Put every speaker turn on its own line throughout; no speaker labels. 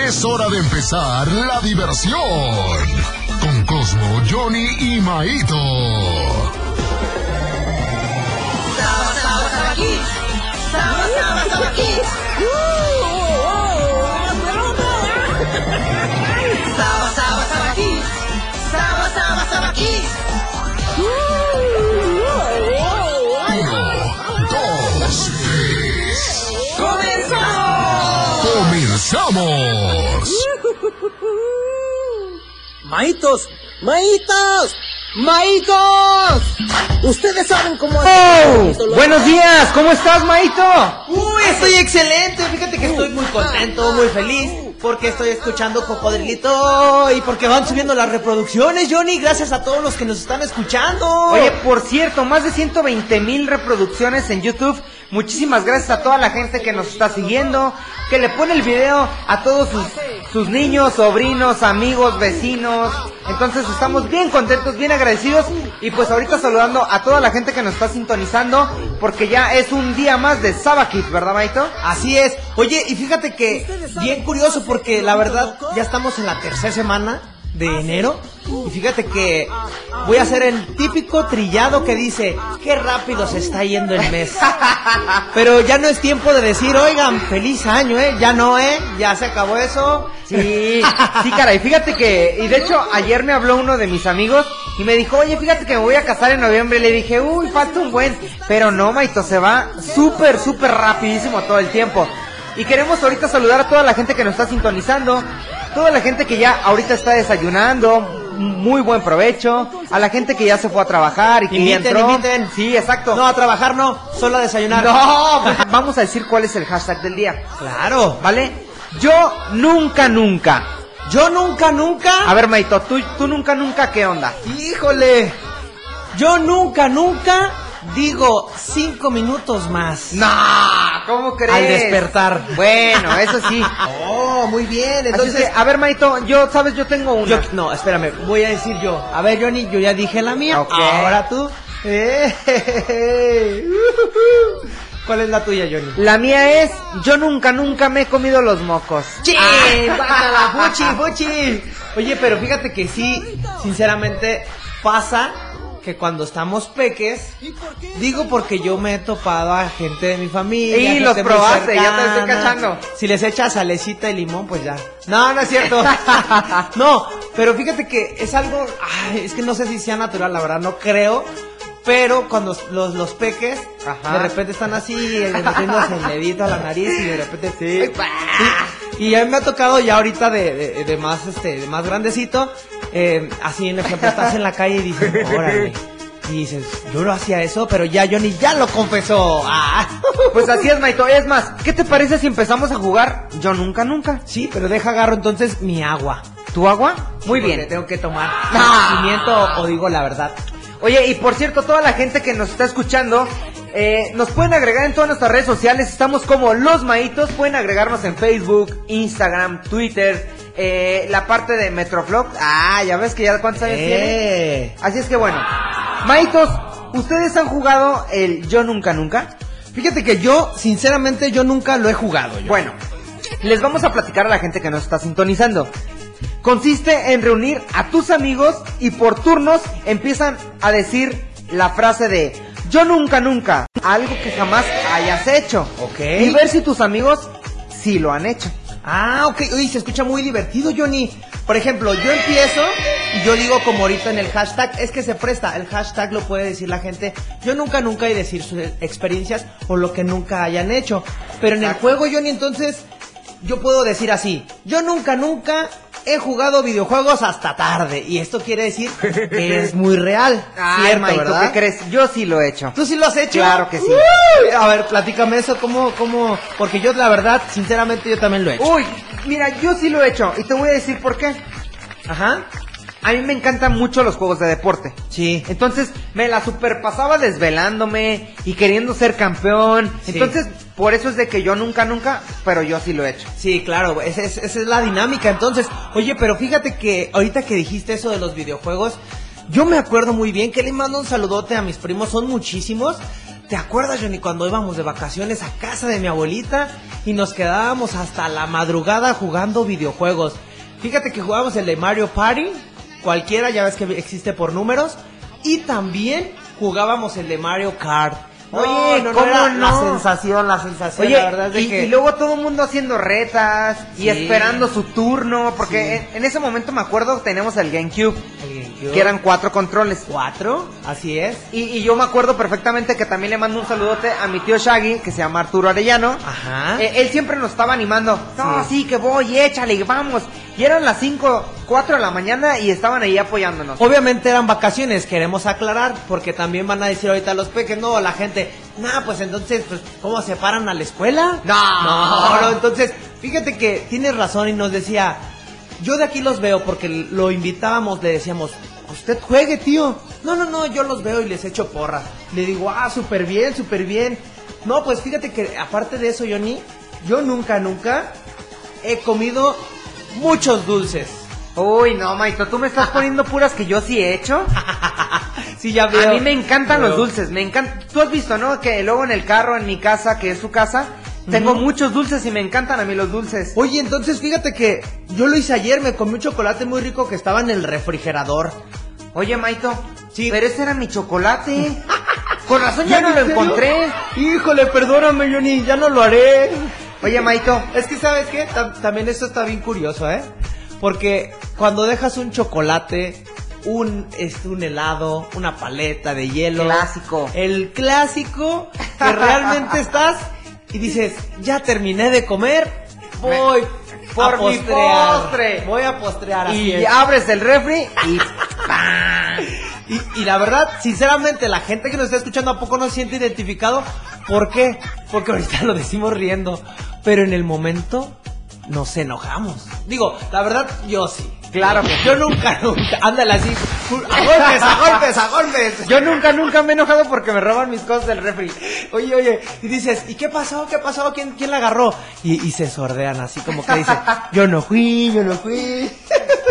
Es hora de empezar la diversión con Cosmo, Johnny y Maito.
Saba, saba, saba kids. Saba, saba, saba kids. Saba, saba, saba kids. Saba, saba, saba kids.
1, 2, 3.
¡Comenzamos!
¡Comenzamos!
Maitos, maitos, maitos. Ustedes saben cómo
Oh,
hacer. esto, lo-
Buenos días, ¿cómo estás, Maito?
Uy, estoy excelente. Fíjate que estoy muy contento, muy feliz. Porque estoy escuchando Cocodrilito y porque van subiendo las reproducciones, Johnny. Gracias a todos los que nos están escuchando.
Oye, por cierto, más de 120 mil reproducciones en YouTube. Muchísimas gracias a toda la gente que nos está siguiendo, que le pone el video a todos sus, sus niños, sobrinos, amigos, vecinos. Entonces estamos bien contentos, bien agradecidos y pues ahorita saludando a toda la gente que nos está sintonizando porque ya es un día más de Sabakit, ¿verdad, Maito?
Así es. Oye, y fíjate que bien curioso porque la verdad ya estamos en la tercera semana de enero y fíjate que voy a hacer el típico trillado que dice, qué rápido se está yendo el mes. Pero ya no es tiempo de decir, oigan, feliz año, ¿eh? Ya no, ¿eh? Ya se acabó eso.
Sí, sí, cara, y fíjate que, y de hecho ayer me habló uno de mis amigos y me dijo, oye, fíjate que me voy a casar en noviembre, y le dije, uy, falta un buen, pero no, Maito, se va súper, súper rapidísimo todo el tiempo. Y queremos ahorita saludar a toda la gente que nos está sintonizando, toda la gente que ya ahorita está desayunando, muy buen provecho, a la gente que ya se fue a trabajar y que ya
Inviten,
entró.
inviten.
Sí, exacto.
No, a trabajar no, solo a desayunar.
No, pues, vamos a decir cuál es el hashtag del día,
Claro.
¿vale? Yo nunca, nunca.
Yo nunca, nunca.
A ver, Maito, tú, tú nunca, nunca, ¿qué onda?
Híjole. Yo nunca, nunca digo cinco minutos más.
No, ¿cómo crees?
Al despertar.
Bueno, eso sí.
Oh, muy bien.
Entonces,
Entonces,
a ver, Maito, yo, ¿sabes? Yo tengo una.
yo, no, espérame, voy a decir yo. A ver, Johnny, yo ya dije la mía.
Ok.
Ahora tú. Eh, ¿Cuál es la tuya, Johnny?
La mía es, yo nunca, nunca me he comido los mocos.
¡Sí!
Ah.
¡Guácala, fuchi, fuchi! Oye, pero fíjate que sí, sinceramente, pasa que cuando estamos peques, digo porque yo me he topado a gente de mi familia.
Y
gente
los
muy
probaste, ya te estoy
cercana.
cachando.
Si les echas salecita de limón, pues ya. No, no es cierto. no, pero fíjate que es algo, ay, es que no sé si sea natural, la verdad, no creo. Pero cuando los, los peques
Ajá.
de repente están así, eh, metiéndose el dedito a la nariz y de repente sí. Y a mí me ha tocado ya ahorita de, de- de más este de más grandecito, eh, así en ejemplo estás en la calle y dices, órale. Y dices, yo no hacía eso, pero ya Johnny ya lo confesó. Ah.
Pues así es, Maito. Es más, ¿qué te parece si empezamos a jugar yo nunca, nunca?
Sí, pero deja agarro entonces mi agua.
¿Tu agua? Muy
Sí, porque
bien.
Tengo que tomar
Ah.
conocimiento o digo la verdad.
Oye, y por cierto, toda la gente que nos está escuchando, eh, nos pueden agregar en todas nuestras redes sociales. Estamos como Los Maitos. Pueden agregarnos en Facebook, Instagram, Twitter, eh, la parte de Metroflog. Ah, ya ves que ya cuántos años tiene.
Eh.
Así es que bueno. Maitos, ¿ustedes han jugado el Yo Nunca Nunca?
Fíjate que yo, sinceramente, yo nunca lo he jugado. Yo.
Bueno, les vamos a platicar a la gente que nos está sintonizando. Consiste en reunir a tus amigos y por turnos empiezan a decir la frase de yo nunca nunca, algo que jamás hayas hecho.
Ok.
Y ver si tus amigos sí lo han hecho.
Ah, ok. Uy, se escucha muy divertido, Johnny. Por ejemplo, yo empiezo y yo digo como ahorita en el hashtag, es que se presta, el hashtag lo puede decir la gente, yo nunca, nunca y decir sus experiencias o lo que nunca hayan hecho. Pero en el juego, Johnny, entonces, yo puedo decir así, yo nunca, nunca he jugado videojuegos hasta tarde. Y esto quiere decir que es muy real.
Ay,
cierto,
Maito,
¿verdad?
¿qué crees? Yo sí lo he hecho.
¿Tú sí lo has hecho?
Claro que sí.
Uy, a ver, platícame eso, ¿cómo, cómo? Porque yo, la verdad, sinceramente, yo también lo he hecho.
Uy, mira, yo sí lo he hecho y te voy a decir por qué.
Ajá.
A mí me encantan mucho los juegos de deporte.
Sí.
Entonces me la superpasaba desvelándome y queriendo ser campeón.
Sí.
Entonces, por eso es de que yo nunca, nunca, pero yo sí lo he hecho.
Sí, claro, esa es, esa es la dinámica. Entonces, oye, pero fíjate que ahorita que dijiste eso de los videojuegos, yo me acuerdo muy bien que le mando un saludote a mis primos, son muchísimos. ¿Te acuerdas, Johnny, cuando íbamos de vacaciones a casa de mi abuelita y nos quedábamos hasta la madrugada jugando videojuegos? Fíjate que jugábamos el de Mario Party, cualquiera, ya ves que existe por números, y también jugábamos el de Mario Kart.
Oye,
No, no, no,
¿cómo
era La
no?
sensación, la sensación,
Oye,
la verdad es de
y,
que...
y luego todo el mundo haciendo retas
Sí.
y esperando su turno, porque en, en ese momento me acuerdo teníamos el GameCube, que eran cuatro controles.
cuatro, así es.
Y, y yo me acuerdo perfectamente que también le mando un saludote a mi tío Shaggy, que se llama Arturo Arellano.
Ajá.
Eh, él siempre nos estaba animando. No,
Sí.
sí, que voy, échale, y vamos. Y eran las 5, 4 de la mañana y estaban ahí apoyándonos.
Obviamente eran vacaciones, queremos aclarar, porque también van a decir ahorita los peques, no, la gente, nah, pues entonces, pues, ¿cómo se paran a la escuela?
No.
no, no, entonces, fíjate que tienes razón y nos decía, yo de aquí los veo porque lo invitábamos, le decíamos, usted juegue, tío. No, no, no, yo los veo y les echo porra. Le digo, ah, súper bien, súper bien. No, pues fíjate que aparte de eso, Johnny, yo nunca, nunca he comido muchos dulces.
Uy, no, Maito, tú me estás poniendo puras que yo sí he hecho.
Sí, ya veo.
A mí me encantan
Veo.
los dulces, me encantan. Tú has visto, ¿no? Que luego en el carro, en mi casa, que es su casa, tengo
Ujú.
muchos dulces y me encantan a mí los dulces.
Oye, entonces fíjate que yo lo hice ayer, me comí un chocolate muy rico que estaba en el refrigerador.
Oye, Maito,
Sí.
pero ese era mi chocolate. Con razón ya
pues, ¿En
no lo
serio?
encontré.
Híjole, perdóname, Johnny, ya no lo haré.
Oye, Maito,
Es que, ¿sabes qué? Tam- también esto está bien curioso, ¿eh? Porque cuando dejas un chocolate, un, este, un helado, una paleta de hielo.
Clásico.
El clásico que realmente estás y dices, ya terminé de comer, voy
por
a
mi
postrear,
postre.
Voy a postrear. así
y
es.
abres el refri y
Y, y la verdad, sinceramente, la gente que nos está escuchando a poco no se siente identificado. ¿Por qué? Porque ahorita lo decimos riendo. Pero en el momento nos enojamos. Digo, la verdad, yo sí.
Claro que sí.
Yo nunca, nunca. Ándale así. A golpes, a golpes, a golpes.
yo nunca, nunca me he enojado porque me roban mis cosas del refri.
Oye, oye, y dices, ¿y qué pasó? ¿Qué pasó? ¿Quién, quién la agarró? Y, y se sordean así como que dicen, yo no fui, yo no fui.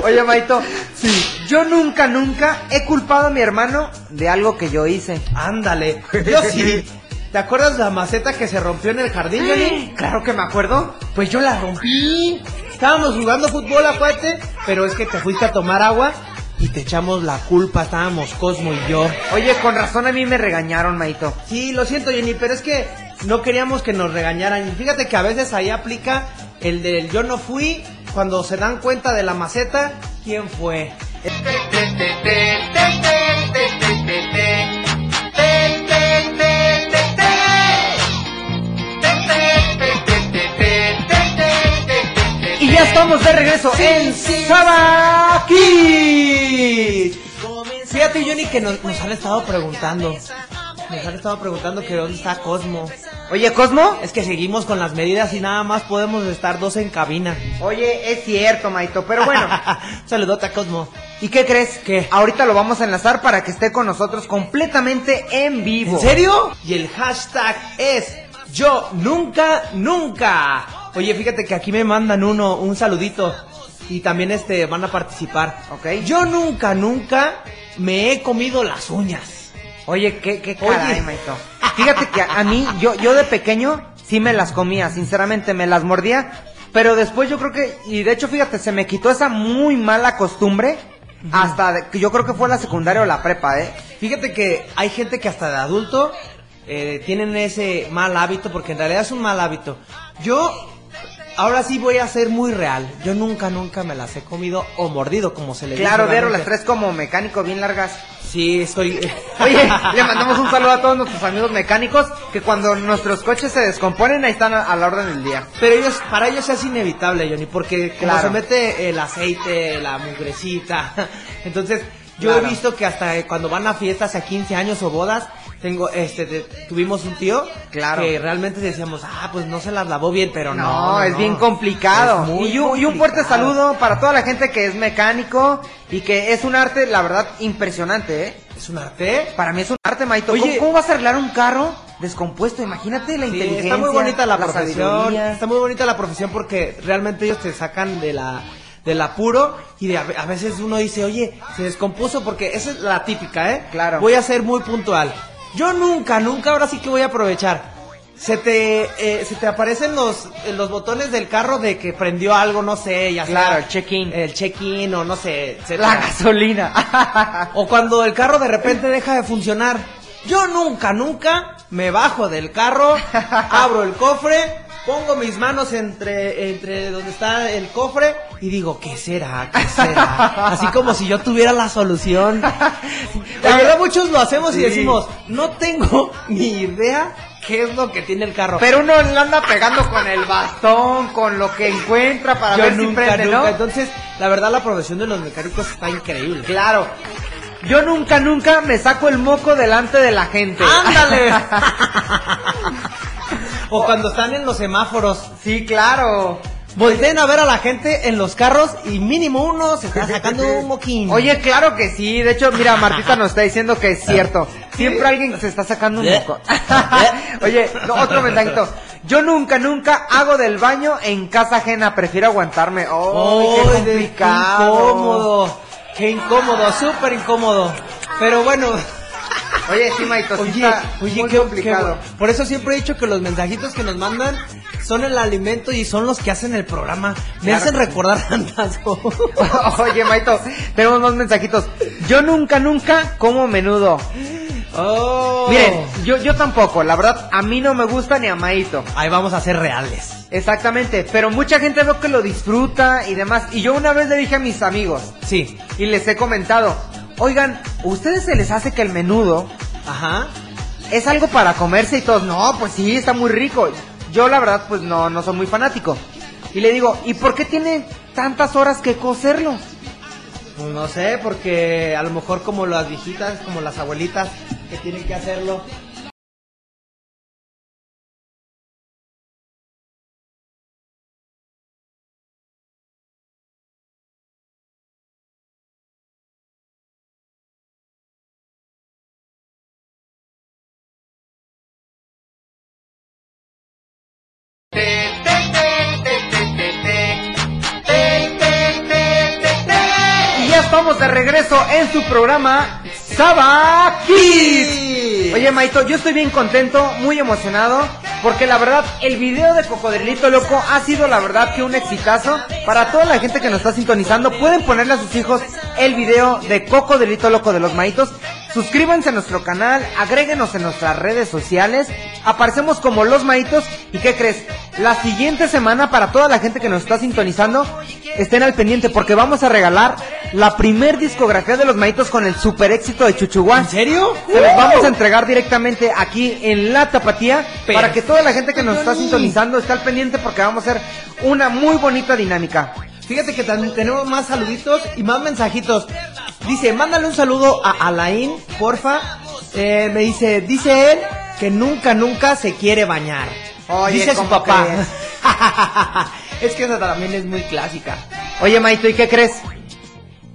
Oye, Maito, sí. yo nunca, nunca he culpado a mi hermano de algo que yo hice.
Ándale, yo sí. ¿Te acuerdas la maceta que se rompió en el jardín, Johnny?
Claro que me acuerdo.
Pues yo la rompí. Estábamos jugando fútbol, acuérdate, pero es que te fuiste a tomar agua y te echamos la culpa, estábamos Cosmo y yo.
Oye, con razón a mí me regañaron, Maito.
Sí, lo siento, Jenny, pero es que no queríamos que nos regañaran. Y fíjate que a veces ahí aplica el del yo no fui, cuando se dan cuenta de la maceta, ¿quién fue?
Y ya estamos de regreso en
Sabaki. Fíjate, Johnny, que nos, nos han estado preguntando. Nos han estado preguntando que dónde está Cosmo.
Oye, Cosmo.
Es que seguimos con las medidas y nada más podemos estar dos en cabina.
Oye, es cierto, Maito, pero bueno.
Un saludote a Cosmo.
¿Y qué crees?
¿Qué?
Ahorita lo vamos a enlazar para que esté con nosotros completamente en vivo.
¿En serio? Y el hashtag es yo nunca, nunca. Oye, fíjate que aquí me mandan uno, un saludito. Y también este van a participar.
Ok.
Yo nunca, nunca me he comido las uñas.
Oye, qué, qué
Oye.
caray, Maito. Fíjate que a, a mí, yo, yo de pequeño sí me las comía, sinceramente, me las mordía. Pero después yo creo que, y de hecho, fíjate, se me quitó esa muy mala costumbre hasta de- que yo creo que fue la secundaria o la prepa, ¿eh?
Fíjate que hay gente que hasta de adulto eh, tienen ese mal hábito, porque en realidad es un mal hábito. Yo, ahora sí voy a ser muy real. Yo nunca, nunca me las he comido o mordido, como se le dice.
Claro, Vero, las
realmente.
tres como mecánico bien largas.
Sí, estoy. eh,
Oye, le mandamos un saludo a todos nuestros amigos mecánicos que cuando nuestros coches se descomponen ahí están a, a la orden del día.
Pero ellos, para ellos es inevitable, Johnny, porque como
Claro.
se mete el aceite, la mugrecita. Entonces, yo
Claro.
he visto que hasta eh, cuando van a fiestas a 15 años o bodas, tengo, este, te- tuvimos un tío
Claro.
que realmente decíamos, ah, pues no se las lavó bien, pero no.
No, es bien complicado.
Es muy
y, un, y un fuerte
complicado.
saludo para toda la gente que es mecánico y que es un arte, la verdad, impresionante, ¿eh?
Es un arte.
Para mí es un arte, Maito.
Oye.
¿Cómo, cómo vas a arreglar un carro descompuesto? Imagínate la
Sí,
inteligencia.
está muy bonita la, profesión.
sabiduría.
Está muy bonita la profesión porque realmente ellos te sacan de la del apuro y de a, a veces uno dice, oye, se descompuso porque esa es la típica, ¿eh?
Claro.
Voy a ser muy puntual. Yo nunca, nunca, ahora sí que voy a aprovechar. Se te, eh, se te aparecen los, eh, los botones del carro de que prendió algo, no sé, ya sea
Claro, el check-in.
El check-in o no sé, etcétera.
La gasolina.
O cuando el carro de repente deja de funcionar. Yo nunca, nunca me bajo del carro, abro el cofre, pongo mis manos entre, entre donde está el cofre y digo, ¿qué será? ¿Qué será? Así como si yo tuviera la solución. La
Oye,
verdad muchos lo hacemos
sí.
y decimos, no tengo ni idea qué es lo que tiene el carro.
Pero uno le anda pegando con el bastón, con lo que encuentra para
Yo
ver si
nunca,
prende,
nunca.
¿no?
Entonces, la verdad la profesión de los mecánicos está increíble.
Claro. Yo nunca, nunca me saco el moco delante de la gente.
¡Ándale! o cuando están en los semáforos.
sí, claro.
Volteen a ver a la gente en los carros y mínimo uno se está sacando un moquín.
Oye, claro que sí. De hecho, mira, Martita nos está diciendo que es cierto. Siempre alguien se está sacando un moco. Oye, no, otro mensajito. Yo nunca, nunca hago del baño en casa ajena. Prefiero aguantarme. ¡Ay,
¡Ay,
qué
de-
complicado!
Qué incómodo. Qué incómodo, súper incómodo. Pero bueno,
Oye, sí, Maito, sí
oye,
está
oye,
muy
qué
complicado.
qué- Por eso siempre he dicho que los mensajitos que nos mandan son el alimento y son los que hacen el programa. Me
Claro
hacen
que sí.
recordar tantas cosas.
Oye, Maito, tenemos más mensajitos. Yo nunca, nunca como menudo.
Oh.
Miren, yo, yo tampoco, la verdad, a mí no me gusta ni a Maito.
ahí vamos a ser reales.
Exactamente, pero mucha gente veo que lo disfruta y demás. Y yo una vez le dije a mis amigos,
Sí.
y les he comentado, oigan, ¿ustedes se les hace que el menudo
Ajá.
es algo para comerse y todos? No, pues sí, está muy rico. Yo la verdad, pues no, no soy muy fanático. Y le digo, ¿y por qué tiene tantas horas que cocerlo?
Pues no sé, porque a lo mejor como las viejitas, como las abuelitas que tienen que hacerlo.
Y ya estamos de regreso en su programa Saba Kids. Oye, Maito, yo estoy bien contento, muy emocionado, porque la verdad, el video de Cocodrilito Loco ha sido la verdad que un exitazo para toda la gente que nos está sintonizando. Pueden ponerle a sus hijos el video de Cocodrilito Loco de los Maitos. Suscríbanse a nuestro canal, agréguenos en nuestras redes sociales. Aparecemos como Los Maitos. ¿Y qué crees? La siguiente semana, para toda la gente que nos está sintonizando, estén al pendiente porque vamos a regalar la primer discografía de Los Maitos con el super éxito de Chuchuá.
¿En serio?
Se los vamos a entregar directamente aquí en la tapatía para que toda la gente que nos está
Johnny.
sintonizando esté al pendiente porque vamos a hacer una muy bonita dinámica.
Fíjate que también tenemos más saluditos y más mensajitos. Dice, mándale un saludo a Alain, porfa. Eh, me dice, dice él que nunca, nunca se quiere bañar.
Oye,
dice su
¿cómo
papá. es que esa también es muy clásica.
Oye, Maito, ¿y qué crees?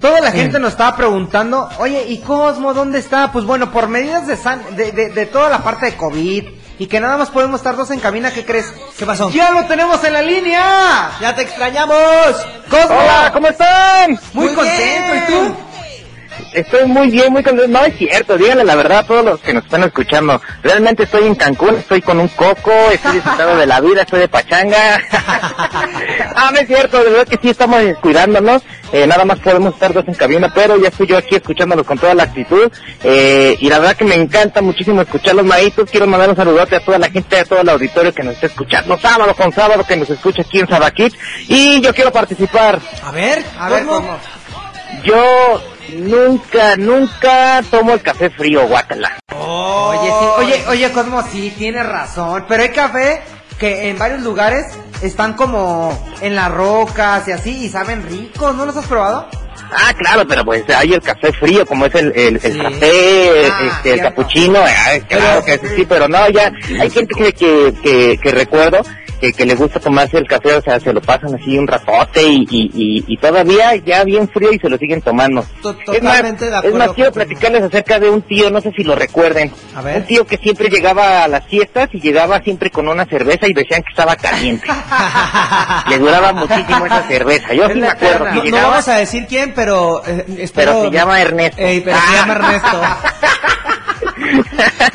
Toda la
Sí.
gente nos estaba preguntando, oye, ¿y Cosmo dónde está? Pues bueno, por medidas de, san- de, de- de toda la parte de COVID y que nada más podemos estar dos en cabina, ¿qué crees?
¿Qué pasó?
¡Ya lo tenemos en la línea!
¡Ya te extrañamos!
¡Cosmo!
Hola, Ah, ¿cómo están?
Muy,
Muy
contento,
bien.
¿y tú?
Estoy muy bien, muy contento. No es cierto, díganle la verdad a todos los que nos están escuchando. Realmente estoy en Cancún, estoy con un coco, estoy disfrutando de la vida, estoy de pachanga. ah, no es cierto, de verdad que sí estamos descuidándonos. Eh, nada más podemos estar dos en cabina, pero ya estoy yo aquí escuchándolos con toda la actitud. Eh, y la verdad que me encanta muchísimo escuchar los maítos. Quiero mandar un saludote a toda la gente, a todo el auditorio que nos está escuchando sábado con sábado, que nos escucha aquí en Sabaquit. Y yo quiero participar.
A ver,
A ver,
¿cómo?
Cosmo.
Yo nunca, nunca tomo el café frío, guácala.
Oye, sí, oye, oye, Cosmo, sí, tienes razón. Pero hay café que en varios lugares están como en las rocas y así, y saben ricos, ¿no los has probado?
Ah, claro, pero pues hay el café frío, como es el, el, el
Sí.
café,
Ah,
este, el
cierto.
capuchino, ah, claro que sí, pero no, ya, hay gente que, que, que, que recuerdo que, que le gusta tomarse el café, o sea, se lo pasan así un ratote y, y, y, y todavía ya bien frío y se lo siguen tomando.
To-
es más,
totalmente de
es
acuerdo
más, quiero
contigo.
platicarles acerca de un tío, no sé si lo recuerden,
A ver.
un tío que siempre llegaba a las fiestas y llegaba siempre con una cerveza y decían que estaba caliente. le duraba muchísimo esa cerveza, yo
Es
sí
la
me acuerdo
eterna.
que
No, no
llegaba-
vamos a decir quién, pero eh, espero-
pero se llama Ernesto.
Ey, pero se
Ah.
llama Ernesto.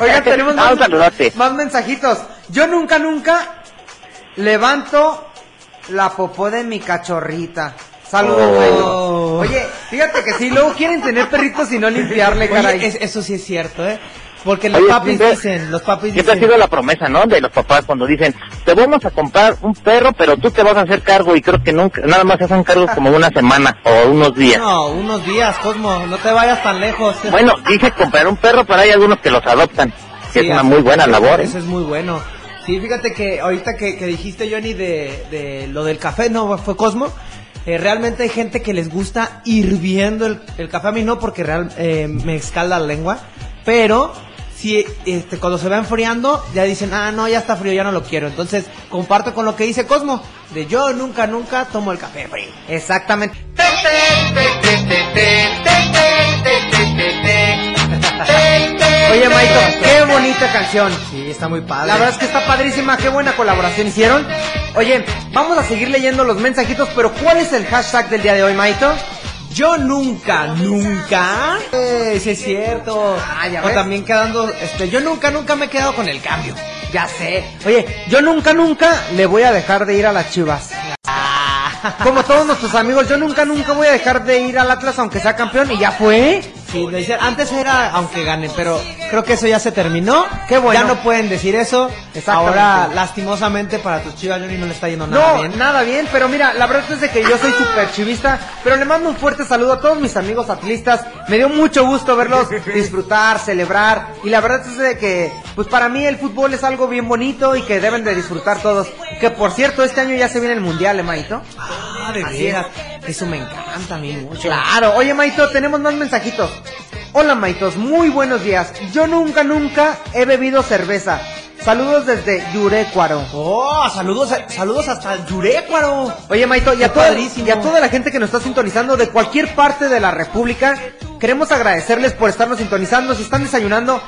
Oigan, tenemos
Ah, un saludote.
más mensajitos. Yo nunca, nunca levanto la popó de mi cachorrita. Saludos,
Oh.
Jairo. Oye, fíjate que sí, luego quieren tener perritos y no limpiarle, caray.
Oye, es- eso sí es cierto, ¿eh? Porque los
Oye,
papis
siempre-
dicen, los papis
Siempre ha
dicen.
sido la promesa, ¿no? De los papás cuando dicen, te vamos a comprar un perro, pero tú te vas a hacer cargo y creo que nunca, nada más se hacen cargo como una semana o unos días.
No, unos días, Cosmo, no te vayas tan lejos.
Bueno, dije comprar un perro, pero hay algunos que los adoptan, que
Sí,
es una
así
muy buena labor. ¿eh?
Eso es muy bueno. Sí, fíjate que ahorita que, que dijiste, Johnny, de, de lo del café, no, fue Cosmo. eh, realmente hay gente que les gusta hirviendo el, el café. A mí no, porque real, eh, me escalda la lengua. Pero si este, cuando se va enfriando, ya dicen, ah, no, ya está frío, ya no lo quiero. Entonces, comparto con lo que dice Cosmo, de yo nunca, nunca tomo el café frío.
Exactamente. Oye, Maito, qué bonita canción.
Sí, está muy padre.
La verdad es que está padrísima, qué buena colaboración hicieron. Oye, vamos a seguir leyendo los mensajitos, pero ¿cuál es el hashtag del día de hoy, Maito?
Yo nunca, nunca. Eh, sí es cierto.
Ah, ya
o
ves.
también quedando, este, yo nunca, nunca me he quedado con el cambio.
Ya sé. Oye, yo nunca, nunca le voy a dejar de ir a las chivas. Como todos nuestros amigos, yo nunca, nunca voy a dejar de ir al Atlas aunque sea campeón y ya fue.
Sí, le decía- antes era aunque ganen, pero creo que eso ya se terminó.
Qué bueno.
Ya no pueden decir eso.
Exactamente.
Ahora, lastimosamente para tus chivas, Johnny no le está yendo nada
no,
bien.
nada bien, pero mira, la verdad es de que yo soy súper chivista, pero le mando un fuerte saludo a todos mis amigos atlistas. Me dio mucho gusto verlos disfrutar, celebrar, y la verdad es de que, pues para mí el fútbol es algo bien bonito y que deben de disfrutar todos. Que por cierto, este año ya se viene el Mundial, ¿eh, Maito?
Ah, de
Así
veras. Eso me encanta a mí mucho.
Claro, oye Maito, tenemos más mensajitos. Hola Maitos, muy buenos días. Yo nunca, nunca he bebido cerveza. Saludos desde Yurecuaro.
Oh, saludos, a- saludos hasta Yurecuaro.
Oye, Maito, y a,
Qué
toda,
padrísimo.
y a toda la gente que nos está sintonizando de cualquier parte de la República, queremos agradecerles por estarnos sintonizando. Si están desayunando,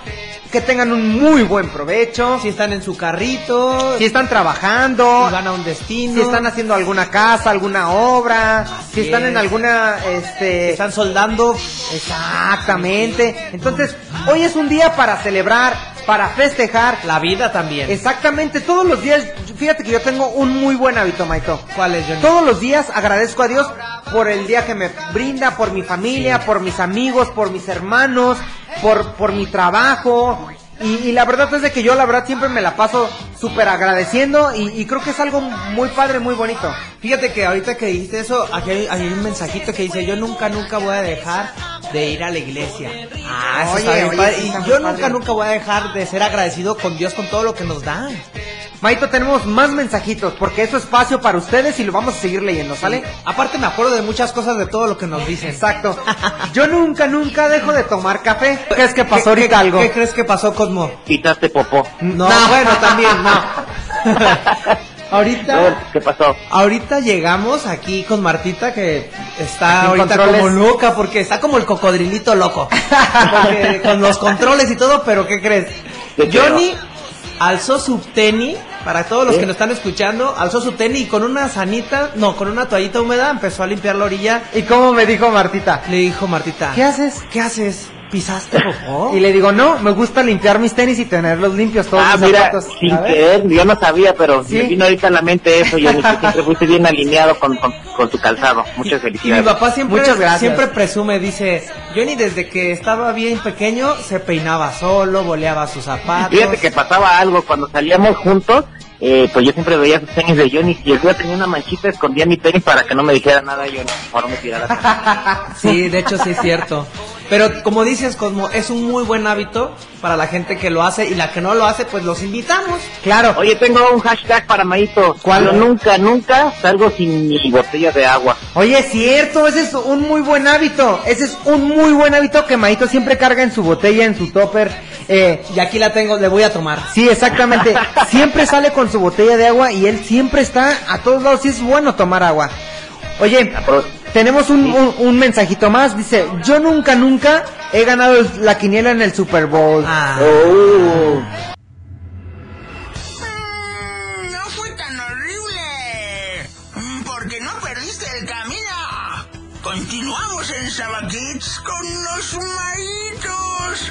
que tengan un muy buen provecho.
Si
Si,
están en su carrito, si
están trabajando,
van a un destino,
si están haciendo alguna casa, alguna obra, si
Así
están en
es.
alguna, este...
están soldando.
Exactamente. Entonces, hoy es un día para celebrar, para festejar.
La vida también.
Exactamente, todos los días, fíjate que yo tengo un muy buen hábito, Maito.
¿Cuál es, Johnny?
Todos los días agradezco a Dios por el día que me brinda, por mi familia, por mis amigos, por mis hermanos, por, por mi trabajo. Y, y la verdad es de que yo la verdad siempre me la paso súper agradeciendo y, y creo que es algo muy padre, muy bonito.
Fíjate que ahorita que dijiste eso, aquí hay, hay un mensajito que dice, yo nunca, nunca voy a dejar de ir a la iglesia. Ah, eso
Oye,
está bien
oye,
padre.
sí está
Y
muy
yo
padre.
nunca, nunca voy a dejar de ser agradecido con Dios con todo lo que nos da.
Maito, tenemos más mensajitos porque es su espacio para ustedes y lo vamos a seguir leyendo, ¿sale?
Aparte me acuerdo de muchas cosas de todo lo que nos dicen.
Exacto. Yo nunca, nunca dejo de tomar café. ¿Qué crees que pasó ahorita algo?
¿Qué crees que pasó, Cosmo?
Quitaste popó.
No,
No.
bueno, también no.
A ver,
ahorita...
¿Qué pasó?
Ahorita llegamos aquí con Martita que
Aquí
está
en
ahorita
controles.
como loca porque está como el cocodrilito loco. Porque con los controles y todo, pero ¿qué crees?
¿Qué quedó?
Johnny alzó su tenis, para todos los
¿Sí?
que nos están escuchando, alzó su tenis y con una sanita, no, con una toallita húmeda empezó a limpiar la orilla.
¿Y cómo me dijo Martita?
Le dijo Martita,
¿Qué haces?
¿qué haces? ¿Pisaste popó?
Y le digo, no, me gusta limpiar mis tenis y tenerlos limpios todos
Ah,
mis
mira,
zapatos.
sin
A ver.
querer, yo no sabía, pero
Sí.
me vino ahorita a la mente eso. Yo dije, siempre fuiste bien alineado con, con, con tu calzado.
Y
Muchas
mi
felicidades.
papá siempre,
Muchas gracias.
siempre presume, dice, Johnny desde que estaba bien pequeño se peinaba solo, boleaba sus zapatos.
Fíjate que pasaba algo, cuando salíamos juntos, eh, pues yo siempre veía sus tenis de Johnny. Si el día tenía una manchita, escondía mi tenis para que no me dijera nada Johnny. Ahora me tirara.
Sí, de hecho sí es cierto. Pero como dices, Cosmo, es un muy buen hábito para la gente que lo hace y la que no lo hace, pues los invitamos.
Claro.
Oye, tengo un hashtag para Maito. Cuando nunca, nunca salgo sin mi botella de agua.
Oye, es cierto, ese es un muy buen hábito. Ese es un muy buen hábito que Maito siempre carga en su botella, en su topper. Eh,
Y aquí la tengo, le voy a tomar.
sí, exactamente. siempre sale con su botella de agua y él siempre está a todos lados. Sí, es bueno tomar agua. Oye,
Apro-
tenemos un, un- un mensajito más. Dice, yo nunca, nunca he ganado el- la quiniela en el Super Bowl.
Ah,
Oh.
Mm, No fue tan horrible. Mm, Porque no perdiste el camino. Continuamos en Sabakids con los maitos.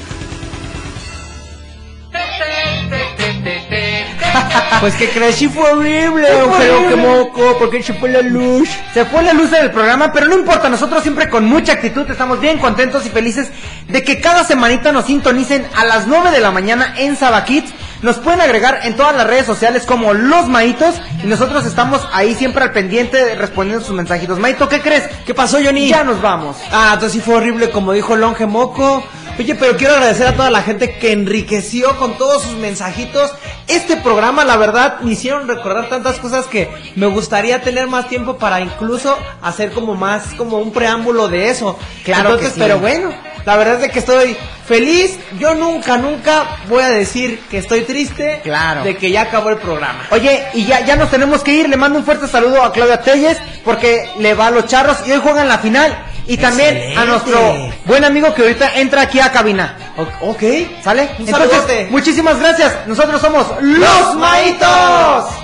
Pues que crees, sí fue horrible,
pero qué
moco, porque se fue la luz. Se fue la luz del programa, pero no importa, nosotros siempre con mucha actitud estamos bien contentos y felices de que cada semanita nos sintonicen a las 9 de la mañana en Sabakids. Nos pueden agregar en todas las redes sociales como Los Maitos y nosotros estamos ahí siempre al pendiente respondiendo sus mensajitos. Maito, ¿qué crees?
¿Qué pasó, Johnny?
Ya nos vamos.
Ah, entonces sí fue horrible, como dijo Longe Moco. Oye, pero quiero agradecer a toda la gente que enriqueció con todos sus mensajitos. Este programa, la verdad, me hicieron recordar tantas cosas que me gustaría tener más tiempo para incluso hacer como más, como un preámbulo de eso.
Claro que
Entonces,
sí.
pero bueno, la verdad es de que estoy feliz. Yo nunca, nunca voy a decir que estoy triste
Claro.
de que ya acabó el programa.
Oye, y ya, ya nos tenemos que ir. Le mando un fuerte saludo a Claudia Telles porque le va a los charros y hoy juegan la final. Y también a nuestro
Excelente.
buen amigo que ahorita entra aquí a cabina.
O- ok.
¿Sale?
Un
Entonces,
saludote.
muchísimas gracias. Nosotros somos Los Maitos.